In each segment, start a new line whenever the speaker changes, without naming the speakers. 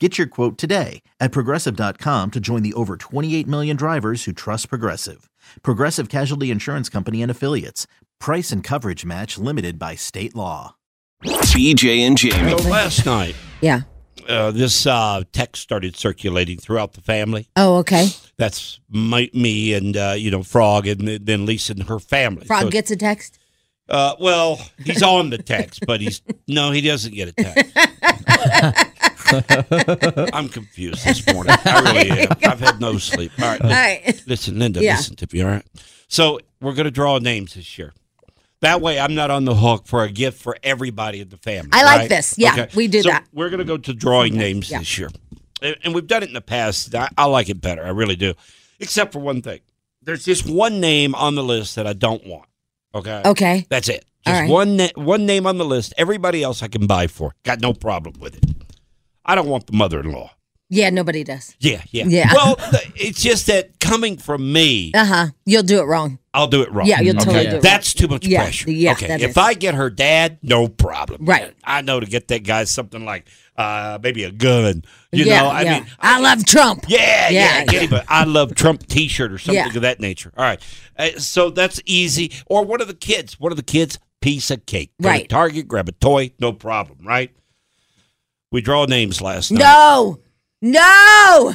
Get your quote today at progressive.com to join the over 28 million drivers who trust Progressive. Progressive Casualty Insurance Company and affiliates. Price and coverage match limited by state law.
BJ and Jamie.
So last night,
Yeah.
uh, this uh, text started circulating throughout the family.
Oh, okay.
That's my, me and uh, you know Frog, and th- then Lisa and her family.
Frog
So,
gets a text.
Uh, well, he's on the text, but he's no, he doesn't get a text. I'm confused this morning. I really am. I've had no sleep. All right,
All
listen,
right.
listen, Linda,
Yeah.
listen to me. All right. So we're gonna draw names this year. That way, I'm not on the hook for a gift for everybody in the family.
I like
right?
this. Yeah, we do
So
that.
We're going to go to drawing names
Yeah.
this year. And and we've done it in the past. I, I like it better. I really do. Except for one thing. There's just one name on the list that I don't want. Okay.
Okay.
That's it.
All
Just
right.
one na- one name on the list. Everybody else I can buy for. Got no problem with it. I don't want the mother-in-law.
Yeah, nobody does.
Yeah, yeah.
Yeah.
Well, th- it's just that coming from me,
Uh huh. You'll do it wrong.
I'll do it wrong.
Yeah, you'll
Okay.
totally do it
That's too much
Yeah,
pressure.
yeah,
okay.
that
If
is.
I get her dad, no problem.
Right.
I know to get that guy something like uh, maybe a gun. You
yeah,
know, I
yeah.
mean,
I love Trump.
yeah, yeah,
Yeah,
get him a I love Trump T-shirt or something
Yeah.
of that nature. All right, uh, so that's easy. Or one of the kids, one of the kids, piece of cake. Go to
Right.
Target, grab a toy, no problem. Right. We draw names last night.
No. No.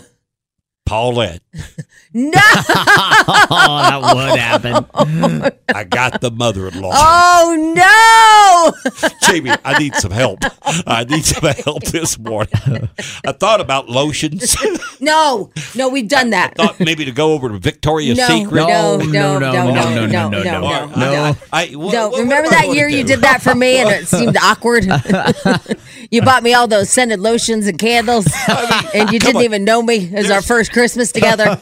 Paulette,
No.
oh, that would happen.
I got the mother-in-law.
Oh no.
Jamie, I need some help. I need some help this morning. I thought about lotions.
No. No, we've done that.
thought maybe to go over to Victoria's
No,
Secret.
No,
No,
no,
no, no,
no,
no, no, no,
no,
no,
no,
Or-
no,
no.
no.
I, wh- wh-
No,
what am
remember
I
that
gonna
year you
do?
did that for me and it seemed awkward? you bought me all those scented lotions and candles and you didn't even know me. It was our first Christmas together.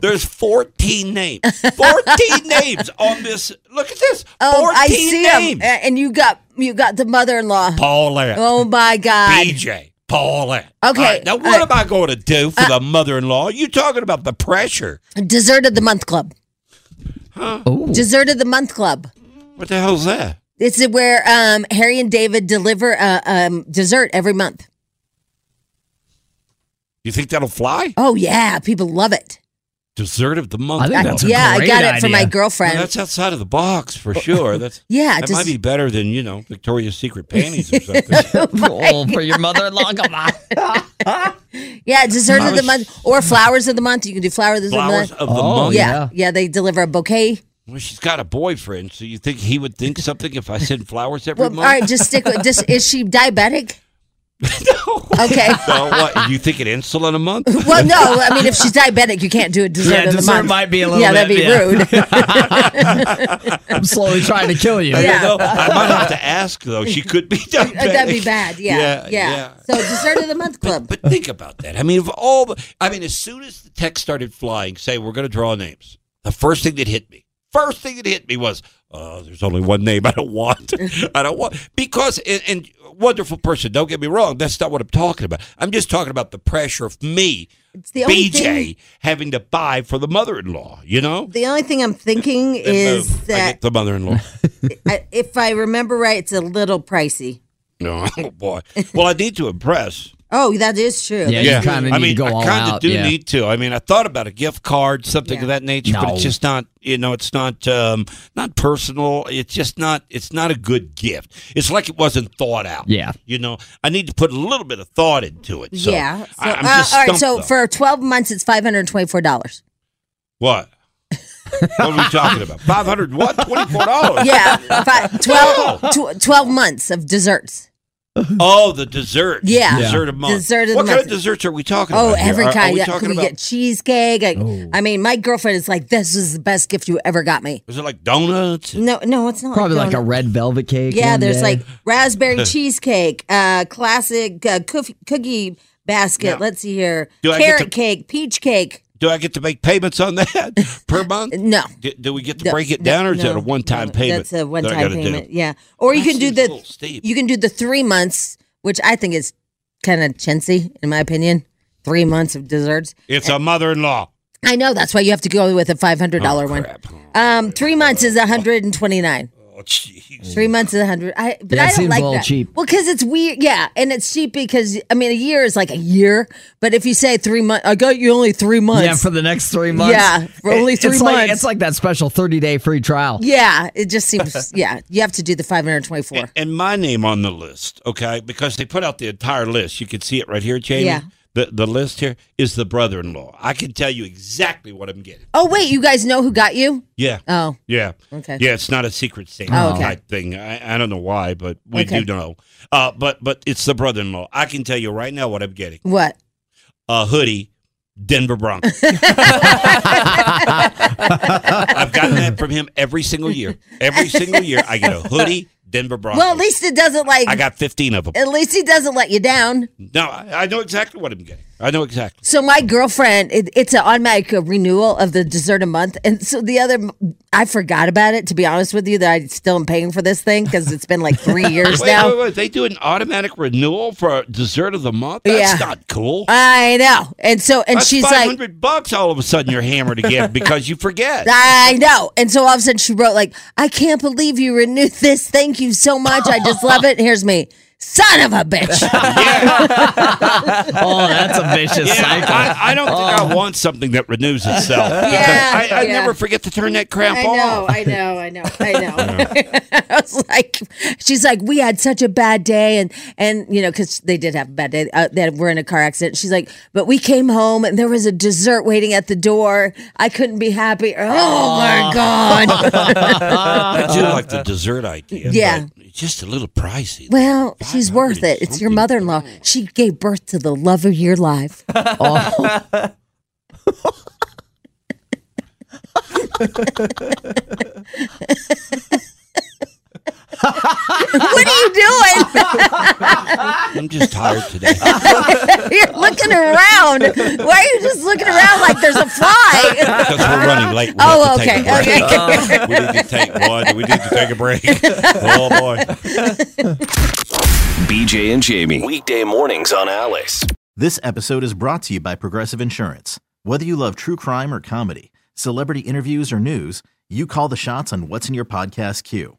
There's 14 names. 14 names on this. Look at this. 14
Oh, I see him.
names.
And you got you got the mother-in-law.
Paulette.
Oh my God.
BJ. Paulette.
Okay,
All right, now, what
uh,
am I going to do for the mother in law? You talking about the pressure.
Dessert of the Month Club. Dessert of the Month Club.
What the hell's that?
This is where um, Harry and David deliver uh, um, dessert every month.
You think that'll fly?
Oh yeah, people love it.
Dessert of the month.
I think
club.
that's a
yeah, I
great
got it from my
idea.
girlfriend.
Well, that's outside of the box for sure. That's
Yeah,
That
just-
might be better than you know Victoria's Secret panties or something.
Oh, for your mother-in-law, come on.
yeah, dessert of the
Flowers.
month or flowers of the month. You can do flowers of
Flowers
the month.
of the
Oh,
month.
yeah, yeah,
yeah.
they deliver a bouquet.
Well, she's got a boyfriend, so you think he would think something if I send flowers every
Well, all
month?
right, just stick with. Just is she diabetic? no. Okay.
So what? You thinking insulin a month?
Well, no, I mean, if she's diabetic, you can't do a dessert
Yeah,
of the
dessert
month.
might be a little
Yeah, that'd
bit,
be
yeah.
rude.
I'm slowly trying to kill you.
Yeah.
I don't know. I might have to ask though. She could be diabetic.
Uh, That'd be bad. Yeah.
Yeah,
Yeah.
yeah.
So dessert of the month club.
But think about that. I mean, of all the, I mean, as soon as the text started flying, say we're going to draw names. The first thing that hit me, first thing that hit me was, oh, there's only one name I don't want. I don't want because and, and wonderful person. Don't get me wrong. That's not what I'm talking about. I'm just talking about the pressure of me,
It's the only
BJ,
thing-
having to buy for the mother-in-law. You know.
the only thing I'm thinking
And
is
boom, I get
that
the mother-in-law?
I, if I remember right, it's a little pricey.
No, oh boy. Well, I need to impress
Oh, that is true.
Yeah, you kind of
I
need
mean,
to go
I
all
kinda
out.
do
yeah.
need to. I mean, I thought about a gift card, something
Yeah.
of that nature, but
No.
it's just not. You know, it's not um, not personal. It's just not. It's not a good gift. It's like it wasn't thought out.
Yeah.
you know, I need to put a little bit of thought into it. So
yeah. So,
I, am
uh,
just
all right.
stumped,
So
though.
for 12 months, it's $524.
what? what are we talking about? Five hundred what? Twenty four dollars.
Yeah. fi- 12, tw- 12 months of desserts.
Oh, the dessert.
Yeah. Yeah.
Dessert of month.
Dessert of
what
the
kind
month.
of desserts are we talking
Oh,
about? here?
every
Are- are
kind.
we
yeah,
talking
we
about? Oh.
get cheesecake. Like, I mean, my girlfriend is like, this is the best gift you ever got me.
Is it like donuts?
No, no, it's not.
Probably like a
donut.
red velvet cake.
Yeah,
one
there's
day.
like raspberry cheesecake, uh, classic uh, coof- cookie basket.
Now,
Let's see here.
do I get
Carrot
to-
cake, peach cake.
Do I get to make payments on that per month?
No.
Do, do we get to
No,
break it
no,
down, or is that
no,
a one-time
no,
payment?
That's a
that I
one-time
gotta do?
payment. Yeah, or you
That
can do
seems a
the
little steep.
you can do the three months, which I think is kind of chintzy in my opinion. Three months of desserts.
It's a mother-in-law.
I know that's why you have to go with a five hundred dollar one. Um, three months is one hundred and twenty nine.
Oh, jeez.
Three months is a hundred. I but
Yeah,
I
it
don't
seems a
like
little
that.
cheap.
Well, because it's weird. Yeah, and it's cheap because I mean a year is like a year, but if you say three months, I got you only three months.
Yeah, for the next three months.
Yeah, for only
It-
three
it's Like,
months.
it's like that special 30 day free trial.
yeah, it just seems. yeah, you have to do the five hundred twenty four.
And my name on the list, okay? Because they put out the entire list. You can see it right here, Jamie.
Yeah.
The the list here is the brother-in-law. I can tell you exactly what I'm getting.
Oh wait, you guys know who got you?
Yeah.
Oh,
Yeah.
Okay.
Yeah, it's not a secret Santa
Oh, okay.
type thing. I, I don't know why, but we
Okay.
do know. Uh, but but it's the brother-in-law. I can tell you right now what I'm getting.
what?
a hoodie, Denver Broncos. I've gotten that from him every single year. Every single year, I get a hoodie, Denver Broncos.
Well, at least it doesn't like.
I got 15 of them.
at least he doesn't let you down.
No, I, I know exactly what I'm getting. I know exactly.
So my girlfriend, it, it's an automatic uh, renewal of the dessert a month, and so the other, m- I forgot about it. To be honest with you, that I still am paying for this thing because it's been like three years
Wait,
now.
wait, wait. They do an automatic renewal for dessert of the month? That's
Yeah.
not cool.
I know, and so and
That's
she's like,
500 bucks all of a sudden you're hammered again because you forget.
I know, and so all of a sudden she wrote like, I can't believe you renewed this. Thank you so much. I just love it. Here's me, son of a bitch.
Oh, that's a vicious
Yeah,
cycle.
I, I don't think I want something that renews itself.
Oh. Yeah,
because I, I
yeah.
never forget to turn that crap
I
off.
know, I know, I know, I know. I was like, she's like, we had such a bad day, and and you know, because they did have a bad day. Uh, that we're in a car accident. She's like, but we came home and there was a dessert waiting at the door. I couldn't be happy. Oh my god.
I do like the dessert idea.
Uh, Yeah.
but it's just a little pricey.
well, she's worth it. It's your
something.
mother-in-law. She gave birth to the love of your life.
Oh.
What are
I'm just tired today.
you doing? You're looking around. Why are you just looking around like there's a fly?
Because we're running late. We
Oh,
have to take
okay,
a break. we need to take one. We need to take a break. Oh boy.
BJ and Jamie. Weekday mornings on Alice.
This episode is brought to you by Progressive Insurance. Whether you love true crime or comedy, celebrity interviews or news, you call the shots on what's in your podcast queue.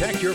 Protect your